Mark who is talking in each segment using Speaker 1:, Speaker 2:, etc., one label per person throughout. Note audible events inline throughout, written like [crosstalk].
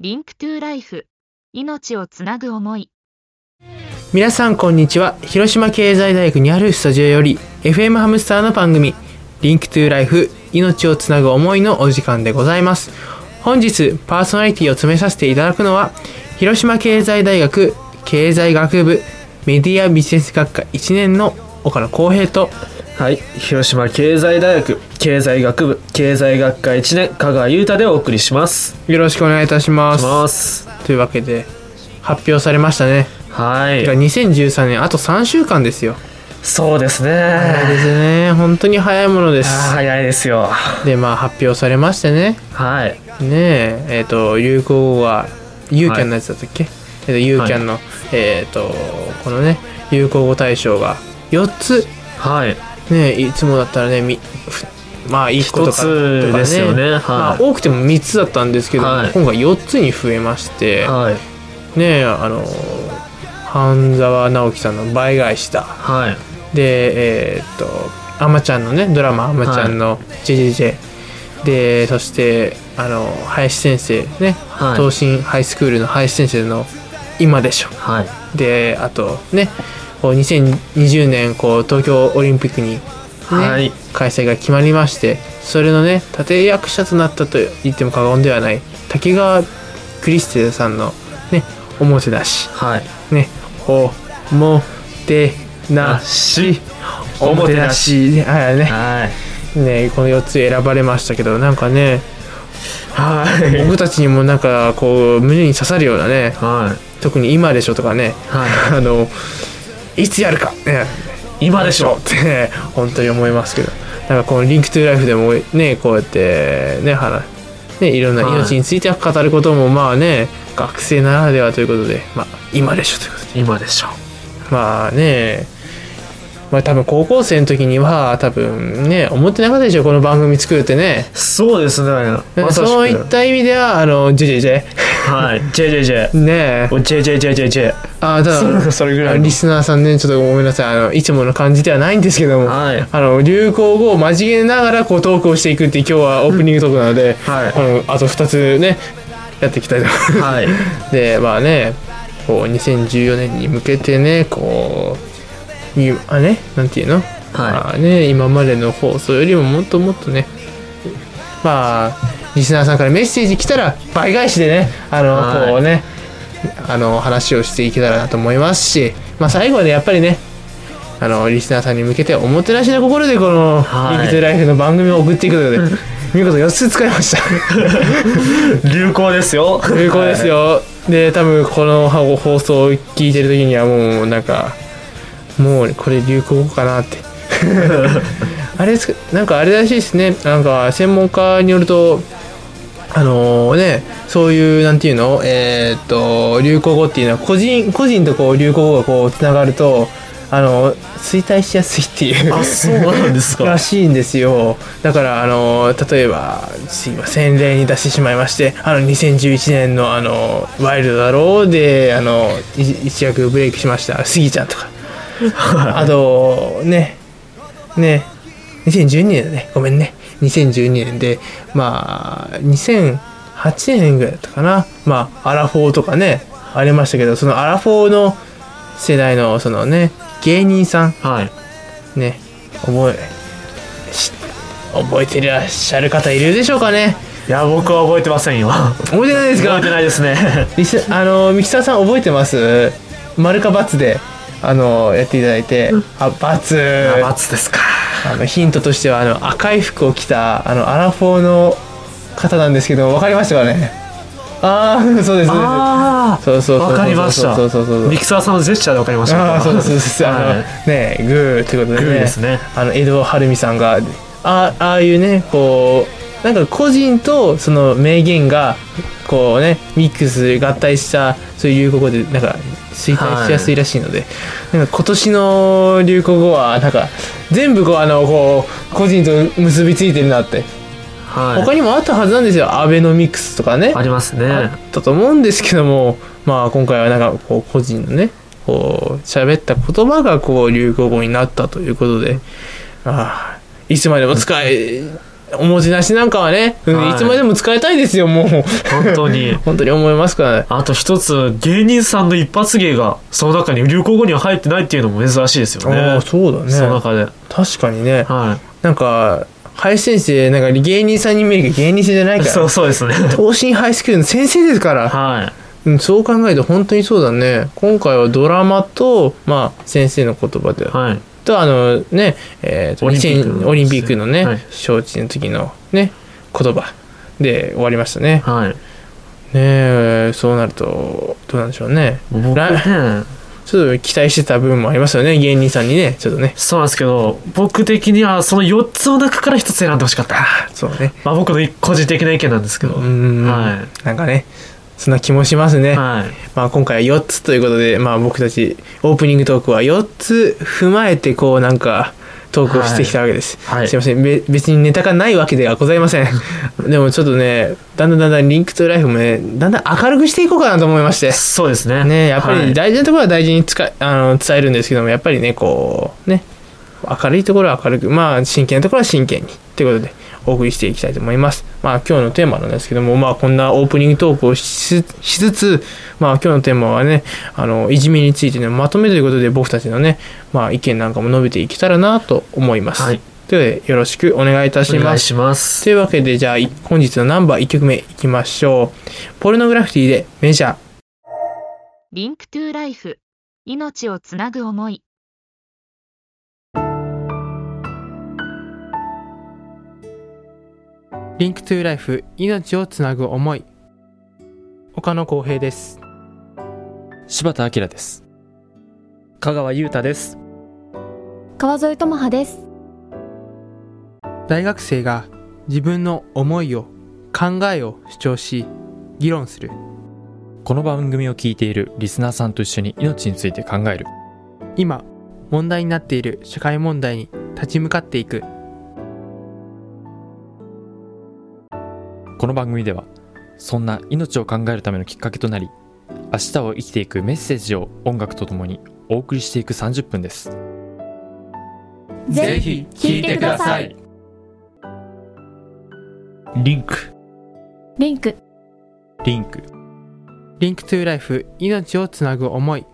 Speaker 1: リンクトゥライフ命をつなぐ思い
Speaker 2: 皆さんこんにちは広島経済大学にあるスタジオより FM ハムスターの番組「リンクトゥーライフ命をつなぐ思い」のお時間でございます本日パーソナリティを詰めさせていただくのは広島経済大学経済学部メディアビジネス学科1年の岡野浩平と
Speaker 3: はい広島経済大学経済学部経済学科1年香川優太でお送りします
Speaker 2: よろしくお願いいたしま
Speaker 3: し
Speaker 2: す
Speaker 3: ます
Speaker 2: というわけで発表されましたね
Speaker 3: は
Speaker 2: てか
Speaker 3: い
Speaker 2: 2013年あと3週間ですよ
Speaker 3: そうです
Speaker 2: 早い
Speaker 3: ね
Speaker 2: ですね本当に早いものです
Speaker 3: あー早いですよ
Speaker 2: でまあ発表されましてね
Speaker 3: はい
Speaker 2: ねええっ、と有効語はユーキャンのやつだったっけ、えっとユーキャンの、えっ、とこのね有効語大賞が4つ
Speaker 3: はい
Speaker 2: ねいつもだったらねみふまあ1個とか
Speaker 3: 1つ
Speaker 2: とか
Speaker 3: ですよねはい
Speaker 2: まあ、多くても3つだったんですけど、
Speaker 3: はい
Speaker 2: 今回4つに増えまして、
Speaker 3: はい
Speaker 2: ねえあの半沢直樹さんの倍返しだ
Speaker 3: はい
Speaker 2: でえーっとあまちゃんのねドラマ「あまちゃん」の JJJ、でそしてあの林先生ね、
Speaker 3: はい
Speaker 2: 東進ハイスクールの林先生の「今でしょ
Speaker 3: はい」
Speaker 2: であとねこう2020年こう東京オリンピックに、ね
Speaker 3: はい
Speaker 2: 開催が決まりましてそれのね立役者となったと言っても過言ではない竹川クリステルさんのねおもてなし
Speaker 3: はい
Speaker 2: ねおもてなし
Speaker 3: し
Speaker 2: おもてなしはいね
Speaker 3: はい
Speaker 2: ねこの4つ選ばれましたけどなんかねはい [laughs] 僕たちにもなんかこう胸に刺さるようなね
Speaker 3: は
Speaker 2: 特に「今でしょ」とかね
Speaker 3: いは
Speaker 2: [laughs]
Speaker 3: い
Speaker 2: あのいつやるかね
Speaker 3: 今でしょ
Speaker 2: ってね本当に思いますけどなんかこの「リンクトゥーライフでもねこうやってね話ねいろんな
Speaker 3: はい
Speaker 2: 命について語ることもまあね学生ならではということでまあ今でしょということで
Speaker 3: 今でしょ
Speaker 2: まあねまあ多分高校生の時には多分ね思ってなかったでしょこの番組作るってね
Speaker 3: そうですねまさしく
Speaker 2: そういった意味ではあのジェジェ
Speaker 3: はい JJJ
Speaker 2: ジェ [laughs] ねえ
Speaker 3: お JJJJJ
Speaker 2: あただ
Speaker 3: それぐらいの
Speaker 2: リスナーさんねちょっとごめんなさいあのいつもの感じではないんですけども、
Speaker 3: はい
Speaker 2: あの流行語を交えながらこうトークをしていくっていう今日はオープニングトークなので、
Speaker 3: はい
Speaker 2: あのあと2つねやっていきたいと [laughs] 思います
Speaker 3: はい
Speaker 2: でまあねこう2014年に向けてねこういうあねなんていうの、まあね今までの放送よりももっともっとねまあリスナーさんからメッセージ来たら倍返しでねあの、
Speaker 3: はい
Speaker 2: こうねあの話をしていけたらなと思いますしまあ最後はねやっぱりねあのリスナーさんに向けておもてなしの心でこの「
Speaker 3: はい
Speaker 2: リビトゥライフ」の番組を送っていく
Speaker 3: [laughs]
Speaker 2: ので見事4つ使いました。
Speaker 3: 流行ですよ
Speaker 2: 有効ですよ、で多分この放送を聞いてる時にはもうなんかもうこれ流行語かなってあれですかなんかあれらしいですねなんか専門家によるとあのねそういうなんていうのえーっと流行語っていうのは個人個人とこう流行語がこうつながるとあの衰退しやすいっていう
Speaker 3: あそうなんですから
Speaker 2: しいんですよだからあの例えばすいません例に出してしまいましてあの2011年のあの「ワイルドだろう」であのい一躍ブレイクしましたスギちゃん
Speaker 3: [laughs]
Speaker 2: とかあとねね2012年だねごめんね2012年でまあ2008年ぐらいだったかなまあアラフォーとかねありましたけどそのアラフォーの世代のそのね芸人さん
Speaker 3: はい
Speaker 2: ね覚えし覚えてらっしゃる方いるでしょうかね
Speaker 3: いや僕は覚えてませんよ [laughs]
Speaker 2: 覚えてないです
Speaker 3: 覚え
Speaker 2: か
Speaker 3: てないですね
Speaker 2: リスあのミキサーさん覚えてます丸か×であのやっていただいてあ×
Speaker 3: 罰ですか
Speaker 2: あのヒントとしてはあの赤い服を着たあのアラフォーの方なんですけど分かりましたかねああそうですそうです
Speaker 3: あ
Speaker 2: そうそうそうそう
Speaker 3: わかりました
Speaker 2: そうそうそうそう
Speaker 3: ミキサーさんのジェスチャーでわかりました
Speaker 2: ああそうですそうですあの、
Speaker 3: はい
Speaker 2: ねグーということでね
Speaker 3: グーですね
Speaker 2: あの江戸晴美さんがあああいうねこうなんか個人とその名言がこうねミックス合体したそういう流行語でなんか衰退しやすいらしいので、なんか今年の流行語はなんか全部こうあのこう個人と結びついてるなって、
Speaker 3: は
Speaker 2: 他にもあったはずなんですよアベノミクスとかね
Speaker 3: いあります
Speaker 2: あ
Speaker 3: ね
Speaker 2: ったと思うんですけども、まあ今回はなんかこう個人のね、こう喋った言葉がこう流行語になったということで、ああいつまでも使い、おもてなしなんかはね、うん
Speaker 3: はい
Speaker 2: い、つまでも使いたいですよ、もう。
Speaker 3: [laughs] 本当に
Speaker 2: 本当に思いますからね。
Speaker 3: あと一つ芸人さんの一発芸がその中に流行語には入ってないっていうのも珍しいですよね
Speaker 2: ああ、そう
Speaker 3: その
Speaker 2: だね。
Speaker 3: 中で
Speaker 2: 確かにね。
Speaker 3: は
Speaker 2: なんか、林先生、なんか芸人さんに見えるけど芸人さんじゃない
Speaker 3: い
Speaker 2: か
Speaker 3: そう
Speaker 2: ら。
Speaker 3: そうですね
Speaker 2: 東進ハイスクールの先生ですから。
Speaker 3: はい
Speaker 2: うん、そう考えると本当にそうだね。今回はドラマと、まあ、先生の言葉で。
Speaker 3: はい
Speaker 2: と、あのね、えーと
Speaker 3: オリンピックの
Speaker 2: 2000オリンピックのね、
Speaker 3: はい
Speaker 2: 招致の時のね、言葉で終わりましたね。
Speaker 3: はい
Speaker 2: ねえそうなるとどうなんでしょうね
Speaker 3: 僕
Speaker 2: ら
Speaker 3: ね
Speaker 2: ちょっと期待してた部分もありますよね芸人さんにねちょっとね
Speaker 3: そうなんですけど僕的にはその4つの中から一つ選んでほしかった
Speaker 2: あそうね
Speaker 3: まあ僕の個人的な意見なんですけど
Speaker 2: うーん、
Speaker 3: は
Speaker 2: なんかねそんな気もしますね、
Speaker 3: はい
Speaker 2: まあ、今回は4つということで、まあ、僕たちオープニングトークは4つ踏まえてこうなんかトークをしてきたわけです、
Speaker 3: はい
Speaker 2: すいませんべ別にネタがないわけではございません [laughs] でもちょっとねだんだんだんだんリンクトゥライフもねだんだん明るくしていこうかなと思いまして
Speaker 3: そうです [laughs] ね
Speaker 2: ね、やっぱ
Speaker 3: は
Speaker 2: り
Speaker 3: い
Speaker 2: 大事なところは大事に使いあの伝えるんですけどもやっぱりねこうね明るいところは明るくまあ真剣なところは真剣にということでお送りしていきたいと思いますまあ今日のテーマなんですけどもまあこんなオープニングトークをしつしつつまあ今日のテーマはねあのいじめについてのまとめということで僕たちのねまあ意見なんかも述べていけたらなと思います、
Speaker 3: はい
Speaker 2: ということでよろしくお願いいたし
Speaker 3: お願
Speaker 2: ま
Speaker 3: い
Speaker 2: す
Speaker 3: します
Speaker 2: というわけでじゃあい本日のナンバー1曲目いきましょうポルノグラフィティでメジャー
Speaker 1: リンクトゥライフ。命をつなぐ思い。
Speaker 2: リンクトゥーライフ命をつなぐ思い岡野浩平です
Speaker 4: 柴田明です
Speaker 3: 香川裕太です
Speaker 5: 川添智葉です
Speaker 2: 大学生が自分の思いを考えを主張し議論する
Speaker 4: この番組を聞いているリスナーさんと一緒に命について考える
Speaker 2: 今問題になっている社会問題に立ち向かっていく
Speaker 4: この番組ではそんな命を考えるためのきっかけとなり明日を生きていくメッセージを音楽とともにお送りしていく30分です
Speaker 5: ぜひ聞いてください
Speaker 3: リンク
Speaker 5: リンク
Speaker 4: リンク
Speaker 2: リンクトゥーライフ命をつなぐ思い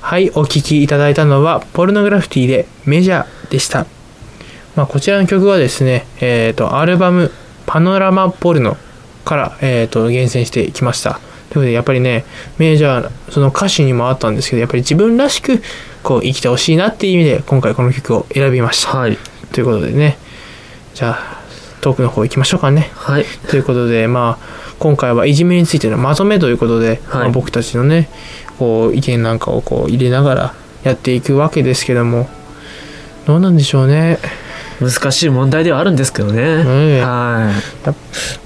Speaker 2: はいお聴きいただいたのはポルノグラフィティでメジャーでした、まあ、こちらの曲はですねえっ、とアルバム「パノラマポルノ」から、えー、と厳選してきましたということでやっぱりねメジャーその歌詞にもあったんですけどやっぱり自分らしくこう生きてほしいなっていう意味で今回この曲を選びました
Speaker 3: はい
Speaker 2: ということでねじゃあトークの方行きましょうかね
Speaker 3: はい
Speaker 2: ということでまあ今回はいじめについてのまとめということで、
Speaker 3: はい
Speaker 2: まあ僕たちのねこう意見なんかをこう入れながらやっていくわけですけどもどうなんでしょうね
Speaker 3: 難しい問題ではあるんですけどね、
Speaker 2: ん
Speaker 3: は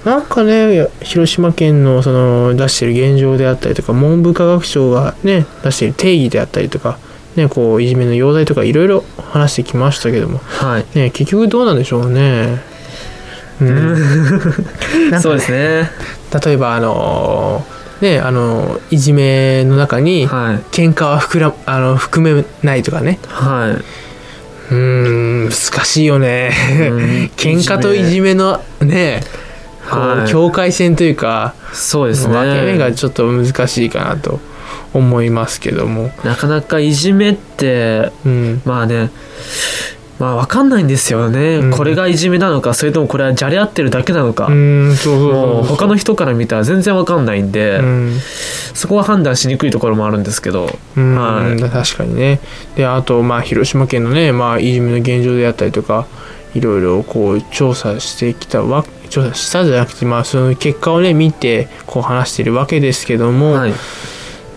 Speaker 2: なんかねいや広島県のその出してる現状であったりとか文部科学省がね出している定義であったりとかねこういじめの容態とかいろいろ話してきましたけども
Speaker 3: いはい
Speaker 2: ね結局どうなんでしょうねうんなんかね
Speaker 3: そうですね
Speaker 2: 例えばあのねあのいじめの中に
Speaker 3: はい
Speaker 2: 喧嘩は膨らあの含めないとかね
Speaker 3: は
Speaker 2: うーん難 [laughs] しいよ
Speaker 3: [laughs]
Speaker 2: ね
Speaker 3: いうん
Speaker 2: 喧嘩といじめのねこ
Speaker 3: は
Speaker 2: う
Speaker 3: い
Speaker 2: 境界線というか、
Speaker 3: そうです
Speaker 2: 分
Speaker 3: ね
Speaker 2: け目がちょっと難しいかなと思いますけども、
Speaker 3: なかなかいじめって
Speaker 2: うん、
Speaker 3: まあねまあわかんないんですよね、
Speaker 2: うん
Speaker 3: これがいじめなのかそれともこれはじゃれ合ってるだけなのか、
Speaker 2: うーんそうそう
Speaker 3: も
Speaker 2: そうう
Speaker 3: 他の人から見たら全然わかんないんで、
Speaker 2: うん
Speaker 3: そこは判断しにくいところもあるんですけど
Speaker 2: うん、
Speaker 3: はい
Speaker 2: 確かにねであとまあ広島県のね、まあ、いじめの現状であったりとかいろいろこう調査してきたわ調査したじゃなくてまあその結果をね見てこう話してるわけですけども、
Speaker 3: はいう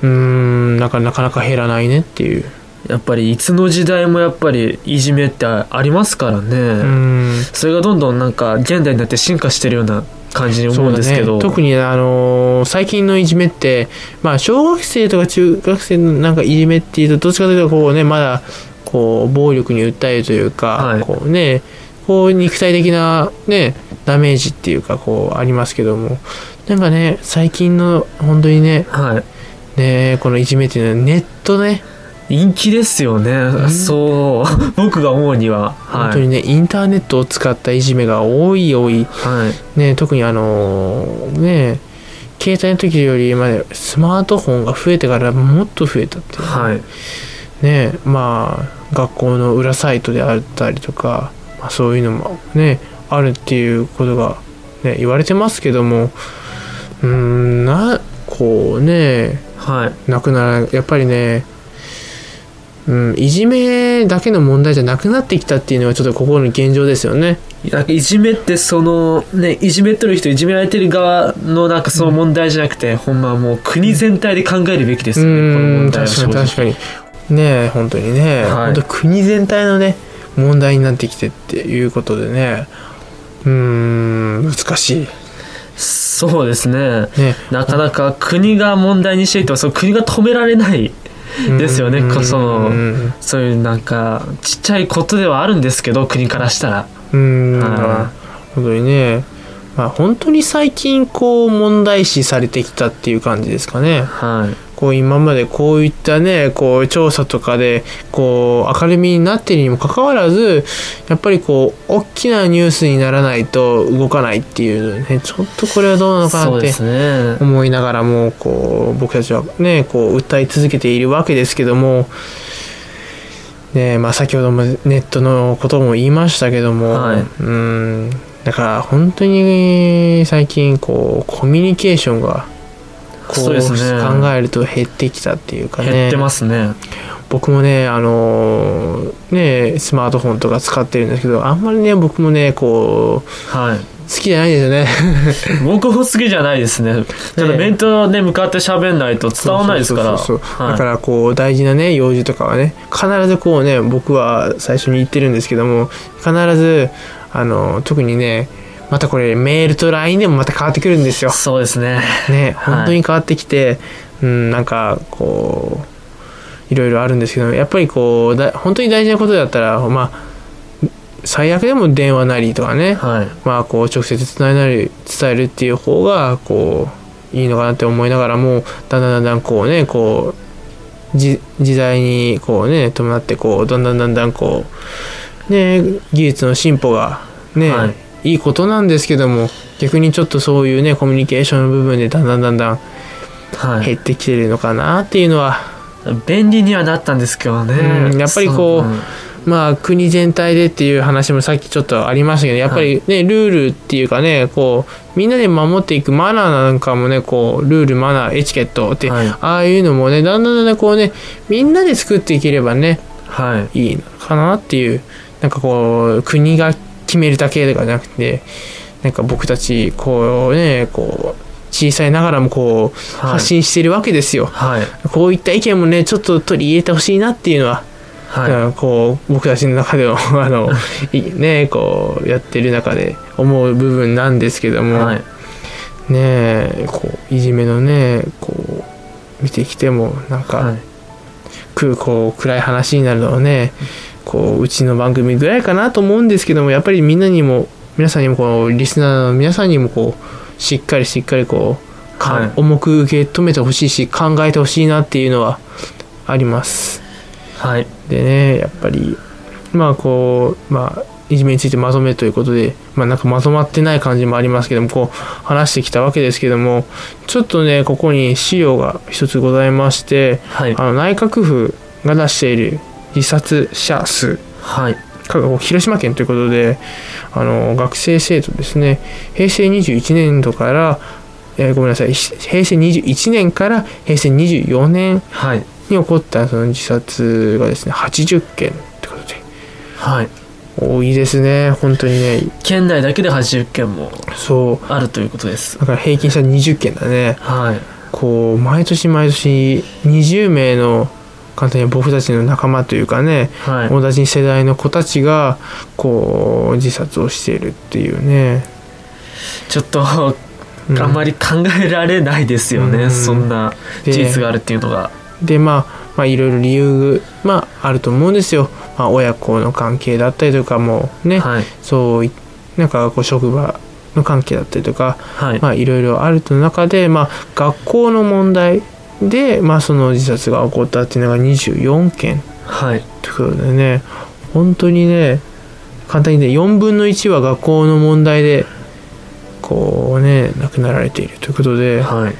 Speaker 2: ーんなんかなかなか減らないねっていう、
Speaker 3: やっぱりいつの時代もやっぱりいじめってありますからね、
Speaker 2: うん
Speaker 3: それがどんどんなんか現代になって進化してるような感じに思うんですけ
Speaker 2: そうだ
Speaker 3: ど、
Speaker 2: ね、特に、あのー最近のいじめって、まあ、小学生とか中学生のなんかいじめっていうとどっちかというとこう、ね、まだこう暴力に訴えるというか、
Speaker 3: はい
Speaker 2: こうね、こう肉体的な、ね、ダメージっていうかこうありますけどもなんかね最近の本当にね
Speaker 3: はい
Speaker 2: ねえこのいじめっていうのはネットね、
Speaker 3: 人気ですよね。そう。 [laughs] 僕が思うには。
Speaker 2: 本
Speaker 3: は
Speaker 2: 当
Speaker 3: い。
Speaker 2: にねインターネットを使ったいじめが多い多い
Speaker 3: はい。
Speaker 2: ね特にあのーね携帯の時よりまでスマートフォンが増えてからもっと増えたっていう
Speaker 3: はい。
Speaker 2: ねまあ学校の裏サイトであったりとか、まあ、そういうのもねあるっていうことが、ね、言われてますけどもうーんなこうね
Speaker 3: はい。
Speaker 2: なくならやっぱりねうん、いじめだけの問題じゃなくなってきたっていうのはちょっとここの現状ですよね。
Speaker 3: なんかいじめってそのねいじめとる人いじめられてる側のなんかその問題じゃなくて、ほんまもう国全体で考えるべきですよね、この
Speaker 2: う
Speaker 3: 問
Speaker 2: ん
Speaker 3: 題は
Speaker 2: 確か
Speaker 3: 正
Speaker 2: に
Speaker 3: 直
Speaker 2: 確かにねえ本当にね、
Speaker 3: はい
Speaker 2: 本当国全体のね問題になってきてっていうことでねうーん難しい
Speaker 3: そうですね
Speaker 2: ね
Speaker 3: なかなか国が問題にしていてもその国が止められないですよね
Speaker 2: うん
Speaker 3: こその
Speaker 2: うん
Speaker 3: そういうなんかちっちゃいことではあるんですけど国からしたら
Speaker 2: うん
Speaker 3: は
Speaker 2: 本当にねまあ本当に最近こう問題視されてきたっていう感じですかね
Speaker 3: はい
Speaker 2: こう今までこういったねこう調査とかでこう明るみになっているにもかかわらずやっぱりこう大きなニュースにならないと動かないっていうねちょっとこれはどうなのか
Speaker 3: そ
Speaker 2: な
Speaker 3: う
Speaker 2: っ
Speaker 3: で
Speaker 2: て
Speaker 3: すね
Speaker 2: 思いながらもこう僕たちはねこう訴え続けているわけですけども。ねまあ、先ほどもネットのことも言いましたけども、
Speaker 3: はいう
Speaker 2: ーんだから本当に最近こうコミュニケーションがこ
Speaker 3: そ
Speaker 2: う
Speaker 3: うですね
Speaker 2: 考えると減ってきたっていうかね
Speaker 3: 減ってますね
Speaker 2: 僕もねあのーねスマートフォンとか使ってるんですけどあんまりね僕もねこう
Speaker 3: はい
Speaker 2: 好きじゃないんですよね
Speaker 3: 僕も好きじゃないですねただ面とね向かって喋んないと伝わんないですから
Speaker 2: そうそうそうそう
Speaker 3: はい
Speaker 2: だからこう大事なね用事とかはね必ずこうね僕は最初に言ってるんですけども必ずあの特にねまたこれメールと LINE でもまた変わってくるんです
Speaker 3: [laughs]
Speaker 2: よ
Speaker 3: そうですね
Speaker 2: ね、
Speaker 3: はい
Speaker 2: 本当に変わってきて、うん、なんかこういろいろあるんですけどやっぱりこうだ本当に大事なことだったらまあ最悪でも電話なりとかね、
Speaker 3: はい
Speaker 2: まあこう直接伝えなり伝えるっていう方がこういいのかなって思いながらもだんだんだんだんこうねこうじ時代にこうね伴ってこうだんだんだんだんこうね技術の進歩がね、
Speaker 3: はい
Speaker 2: いいことなんですけども逆にちょっとそういうねコミュニケーションの部分でだんだんだんだん
Speaker 3: はい
Speaker 2: 減ってきてるのかなっていうのは、
Speaker 3: 便利にはなったんですけどね、
Speaker 2: うんやっぱりこう
Speaker 3: そん
Speaker 2: まあ国全体でっていう話もさっきちょっとありましたけどやっぱりね、ルールっていうかねこうみんなで守っていくマナーなんかもねこうルールマナーエチケットって、
Speaker 3: はい
Speaker 2: ああいうのもねだんだんだんだんこうねみんなで作っていければね
Speaker 3: はい
Speaker 2: いいのかなっていうなんかこう国が決めるだけではなくてなんか僕たちこうねこう小さいながらもこう
Speaker 3: はい
Speaker 2: 発信してるわけですよ、
Speaker 3: はい
Speaker 2: こういった意見もねちょっと取り入れてほしいなっていうのはだか
Speaker 3: は
Speaker 2: らこう僕たちの中でも [laughs] あのいねこうやってる中で思う部分なんですけど
Speaker 3: い
Speaker 2: も、
Speaker 3: はい
Speaker 2: ねえこういじめのねこう見てきてもなんか、
Speaker 3: はい
Speaker 2: くこう暗い話になるのはねこううちの番組ぐらいかなと思うんですけどもやっぱりみんなにも皆さんにもこうリスナーの皆さんにもこうしっかりしっかりこう、か
Speaker 3: はい
Speaker 2: 重く受け止めてほしいし考えてほしいなっていうのはあります。
Speaker 3: はい
Speaker 2: でねやっぱりまあこうまあいじめについてまとめということでまあなんかまとまってない感じもありますけどもこう話してきたわけですけどもちょっとねここに資料が一つございまして
Speaker 3: はい
Speaker 2: あの内閣府が出している自殺者数
Speaker 3: はい
Speaker 2: 過去広島県ということであの学生生徒ですね平成21年度から、えーごめんなさいし平成21年から平成24年
Speaker 3: はい
Speaker 2: に起こったその自殺がですね80件ってことで
Speaker 3: はい
Speaker 2: 多いですね本当にね
Speaker 3: 県内だけで80件も
Speaker 2: そう
Speaker 3: あるということです
Speaker 2: だから平均したら20件だね
Speaker 3: はい
Speaker 2: こう毎年毎年20名の簡単に僕たちの仲間というかね
Speaker 3: はい
Speaker 2: 同じ世代の子たちがこう自殺をしているっていうね、
Speaker 3: ちょっとあ
Speaker 2: うん
Speaker 3: んまり考えられないですよね、
Speaker 2: うん
Speaker 3: そんな
Speaker 2: で
Speaker 3: 事実があるっていうのが
Speaker 2: でまあまあいろいろ理由まああると思うんですよ、まあ、親子の関係だったりとかもね、
Speaker 3: はい
Speaker 2: そういなんかこう職場の関係だったりとか
Speaker 3: はい
Speaker 2: まあ、いろいろあると中で、まあ、学校の問題で、まあ、その自殺が起こったっていうのが24件
Speaker 3: はい
Speaker 2: ということでね本当にね簡単にね4分の1は学校の問題でこうね亡くなられているということで
Speaker 3: はい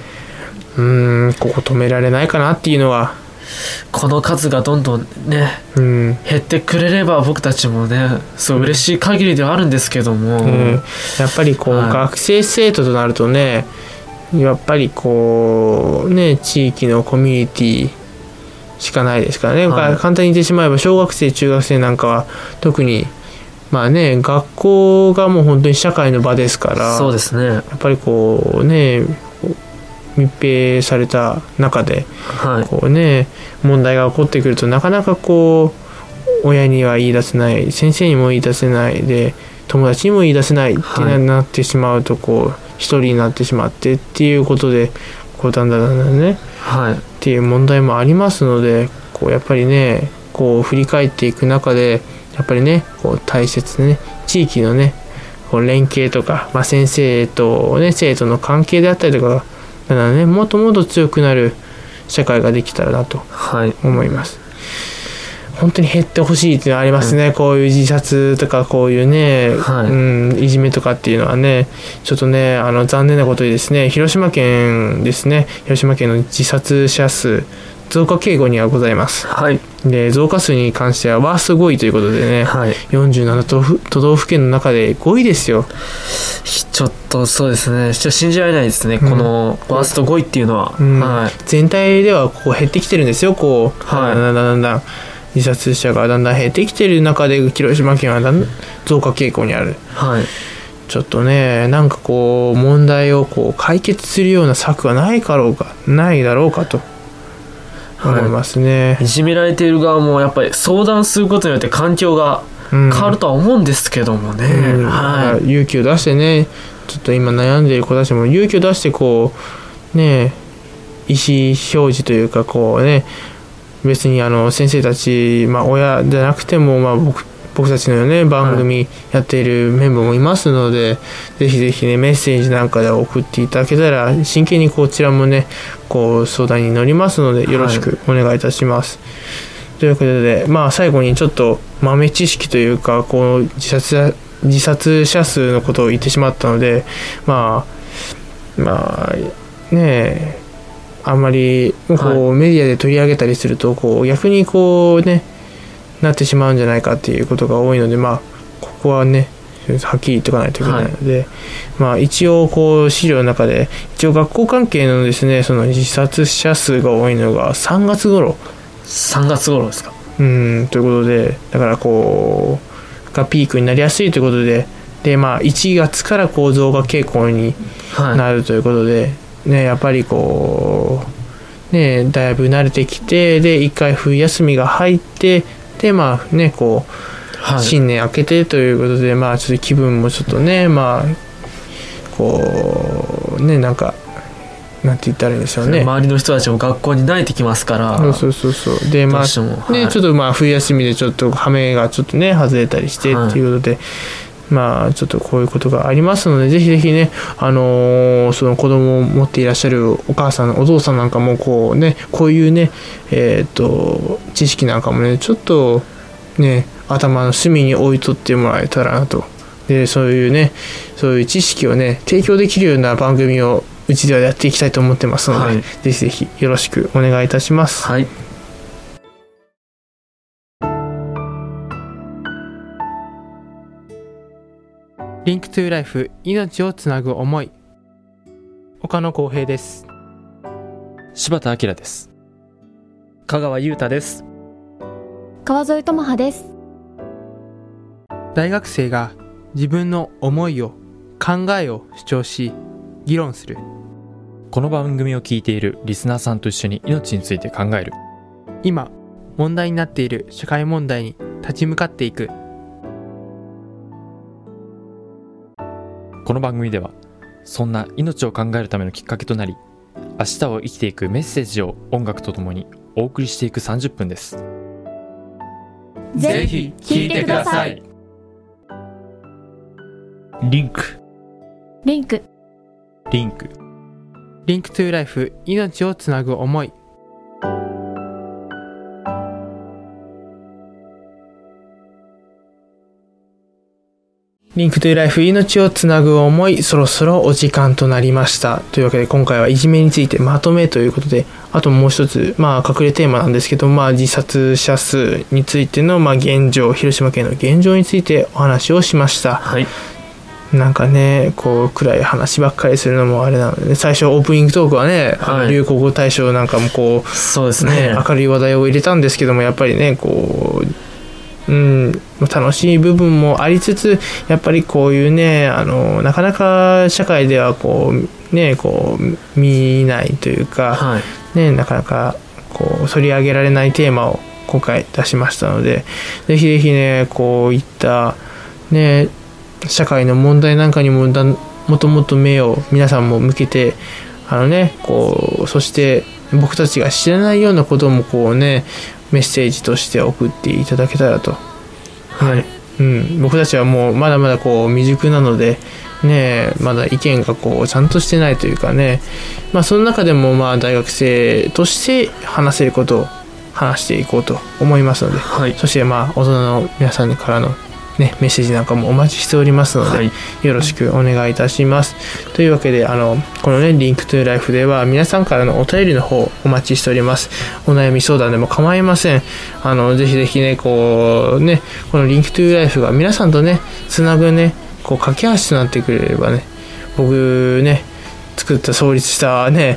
Speaker 3: う
Speaker 2: ーんここ止められないかなっていうのは
Speaker 3: この数がどんどんね
Speaker 2: うん
Speaker 3: 減ってくれれば僕たちもねそう嬉しい限りではあるんですけども、
Speaker 2: うん、やっぱりこう、
Speaker 3: はい
Speaker 2: 学生生徒となるとねやっぱりこうね地域のコミュニティしかないですからね、
Speaker 3: はい
Speaker 2: 簡単に言ってしまえば小学生中学生なんかは特にまあね学校がもう本当に社会の場ですから
Speaker 3: そうですね
Speaker 2: やっぱりこうねこう密閉された中で
Speaker 3: はい
Speaker 2: こうね問題が起こってくるとなかなかこう親には言い出せない先生にも言い出せないで友達にも言い出せないって
Speaker 3: はい
Speaker 2: なってしまうとこう一人になってしまってっていうことでこうだんだんだんだんね
Speaker 3: はい
Speaker 2: っていう問題もありますのでこうやっぱりねこう振り返っていく中でやっぱりねこう大切なね地域のねこう連携とか、まあ、先生と、ね、生徒の関係であったりとかがだからねもっともっと強くなる社会ができたらなと
Speaker 3: はい
Speaker 2: 思います。本当に減ってほしいっていうのはありますね、こういう自殺とかこういうね、
Speaker 3: はい
Speaker 2: うん、いじめとかっていうのはねちょっとねあの残念なことにですね広島県ですね広島県の自殺者数増加傾向にはございます
Speaker 3: はい
Speaker 2: で増加数に関してはワースト5位ということでね
Speaker 3: はい
Speaker 2: 47都府都道府県の中で5位ですよ
Speaker 3: ちょっとそうですねちょっと信じられないですね、
Speaker 2: うん
Speaker 3: このワースト5位っていうのは、
Speaker 2: うん
Speaker 3: はい
Speaker 2: 全体ではこう減ってきてるんですよこう、
Speaker 3: はい
Speaker 2: だんだんだんだん自殺者がだんだん減ってきてる中で広島県はだん増加傾向にある
Speaker 3: はい
Speaker 2: ちょっとねなんかこう問題をこう解決するような策はないかろうかないだろうかと思いますね、
Speaker 3: いじめられている側もやっぱり相談することによって環境が
Speaker 2: うん
Speaker 3: 変わるとは思うんですけどもね、
Speaker 2: うんだから
Speaker 3: はい
Speaker 2: 勇気を出してねちょっと今悩んでいる子たちも勇気を出してこうね意思表示というかこうね別にあの先生たち、まあ、親じゃなくても、まあ、僕僕たちのね番組やっているメンバーもいますので、ぜひぜひねメッセージなんかで送っていただけたら真剣にこちらもねこう相談に乗りますのでよろしくお願いいたします。ということで、まあ、最後にちょっと豆知識というかこう自殺者自殺者数のことを言ってしまったのでまあまあねえあんまりこう、メディアで取り上げたりするとこう逆にこうねなってしまうんじゃないかっていうことが多いのでまあここはねはっきり言っとかないといけないので、まあ一応こう資料の中で一応学校関係のですねその自殺者数が多いのが3月頃
Speaker 3: 3月頃ですか
Speaker 2: うんということでだからこうがピークになりやすいということででまあ1月からこう増加傾向に
Speaker 3: はい
Speaker 2: なるということで、ねやっぱりこうねだいぶ慣れてきてで一回冬休みが入ってでまあねこう
Speaker 3: はい
Speaker 2: 新年明けてということで、まあちょっと気分もちょっとねまあこうねなんかなんて言ったらいいんでしょうね。
Speaker 3: 周りの人たちも学校に慣れてきますから
Speaker 2: そうそうそうそうでま
Speaker 3: ど
Speaker 2: あ
Speaker 3: うしても、
Speaker 2: ね、ちょっ
Speaker 3: っ
Speaker 2: とまあ冬休みでちょっと羽目がちょっとね外れたりして
Speaker 3: はい
Speaker 2: っていうことで、まあちょっとこういうことがありますのでぜひぜひね、あのーその子供を持っていらっしゃるお母さんお父さんなんかもこうねこういうねえっ、と知識なんかもねちょっとね頭の隅に置いとってもらえたらなとでそういうねそういう知識をね提供できるような番組をうちではやっていきたいと思ってますので、
Speaker 3: はい
Speaker 2: ぜひぜひよろしくお願いいたします。
Speaker 3: はい
Speaker 2: リンクトゥーライフ命をつなぐ思い岡野浩平です
Speaker 4: 柴田明です
Speaker 3: 香川優太です
Speaker 5: 川添智葉です
Speaker 2: 大学生が自分の思いを考えを主張し議論する
Speaker 4: この番組を聞いているリスナーさんと一緒に命について考える
Speaker 2: 今問題になっている社会問題に立ち向かっていく
Speaker 4: この番組ではそんな命を考えるためのきっかけとなり明日を生きていくメッセージを音楽とともにお送りしていく30分です
Speaker 5: ぜひ聞いてください
Speaker 3: リンク
Speaker 5: リンク
Speaker 4: リンク
Speaker 6: リンクトゥーライフ命をつなぐ思い
Speaker 2: リンクトゥライフ命をつなぐ思い、そろそろお時間となりました。というわけで今回はいじめについてまとめということで、あともう一つ、まあ隠れテーマなんですけど、まあ自殺者数についての、まあ現状、広島県の現状についてお話をしました。
Speaker 3: はい
Speaker 2: なんかね、こう暗い話ばっかりするのもあれなので、ね、最初オープニングトークはね、あの
Speaker 3: はい
Speaker 2: 流行語大賞なんかもこう、
Speaker 3: そうです
Speaker 2: ね、
Speaker 3: ね
Speaker 2: 明るい話題を入れたんですけどもやっぱりねこう、うん、楽しい部分もありつつやっぱりこういうねあのなかなか社会ではこうねこう見ないというか、
Speaker 3: はい
Speaker 2: ね、なかなかこう取り上げられないテーマを今回出しましたのでぜひぜひねこういったね社会の問題なんかにもだんもともと目を皆さんも向けてあのねこうそして僕たちが知らないようなこともこうねメッセージとして送っていただけたらと、
Speaker 3: は
Speaker 2: う
Speaker 3: い
Speaker 2: ん、僕たちはもうまだまだこう未熟なのでねまだ意見がこうちゃんとしてないというかねまあその中でもまあ大学生として話せることを話していこうと思いますので
Speaker 3: はい
Speaker 2: そしてまあ大人の皆さんからのねメッセージなんかもお待ちしておりますので、
Speaker 3: はい
Speaker 2: よろしくお願いいたします。というわけで、あの、このね、リンクトゥーライフでは皆さんからのお便りの方お待ちしております。お悩み相談でも構いません。あの、ぜひぜひね、こう、ね、このリンクトゥーライフが皆さんとね、つなぐね、こう、架け橋となってくれればね、僕ね、作った創立したね、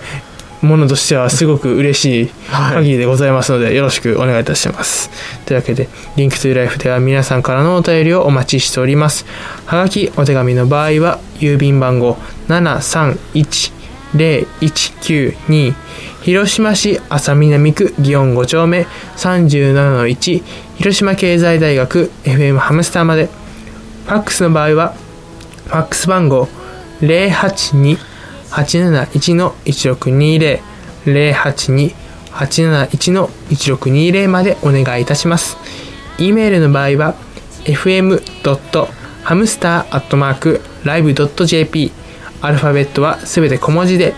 Speaker 2: ものとしてはすごく嬉しい限りでございますので、よろしくお願いいたします。というわけで、リンクトゥーライフでは皆さんからのお便りをお待ちしております。はがき、お手紙の場合は、郵便番号731-0192、広島市安佐南区祇園5丁目37-1、広島経済大学 FM ハムスターまで、ファックスの場合は、ファックス番号082-871-1620、082-871-1620までお願いいたします。e メールの場合は fm.hamster.live.jp アルファベットはすべて小文字で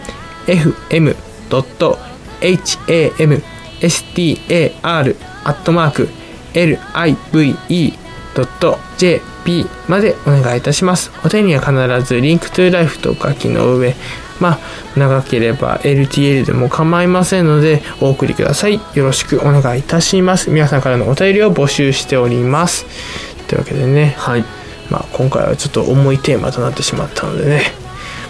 Speaker 2: fm.hamstar.live.jp までお願いいたします。お手には必ずリンクトゥーライフとお書きの上、まあ、長ければ LTL でも構いませんのでお送りくださいよろしくお願いいたします皆さんからのお便りを募集しておりますというわけでね、
Speaker 3: はい
Speaker 2: まあ、今回はちょっと重いテーマとなってしまったのでね、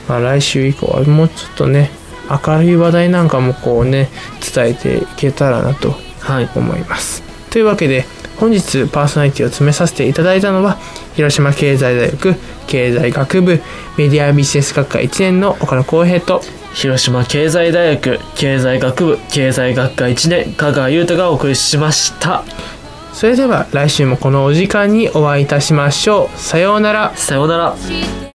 Speaker 2: まあ、来週以降はもうちょっとね明るい話題なんかもこうね伝えていけたらなと
Speaker 3: はい
Speaker 2: 思いますというわけで本日パーソナリティを詰めさせていただいたのは広島経済大学経済学部メディアビジネス学科1年の岡野浩平と
Speaker 3: 広島経済大学経済学部経済学科1年香川優太がお送りしました
Speaker 2: それでは来週もこのお時間にお会いいたしましょう。さようなら。
Speaker 3: さようなら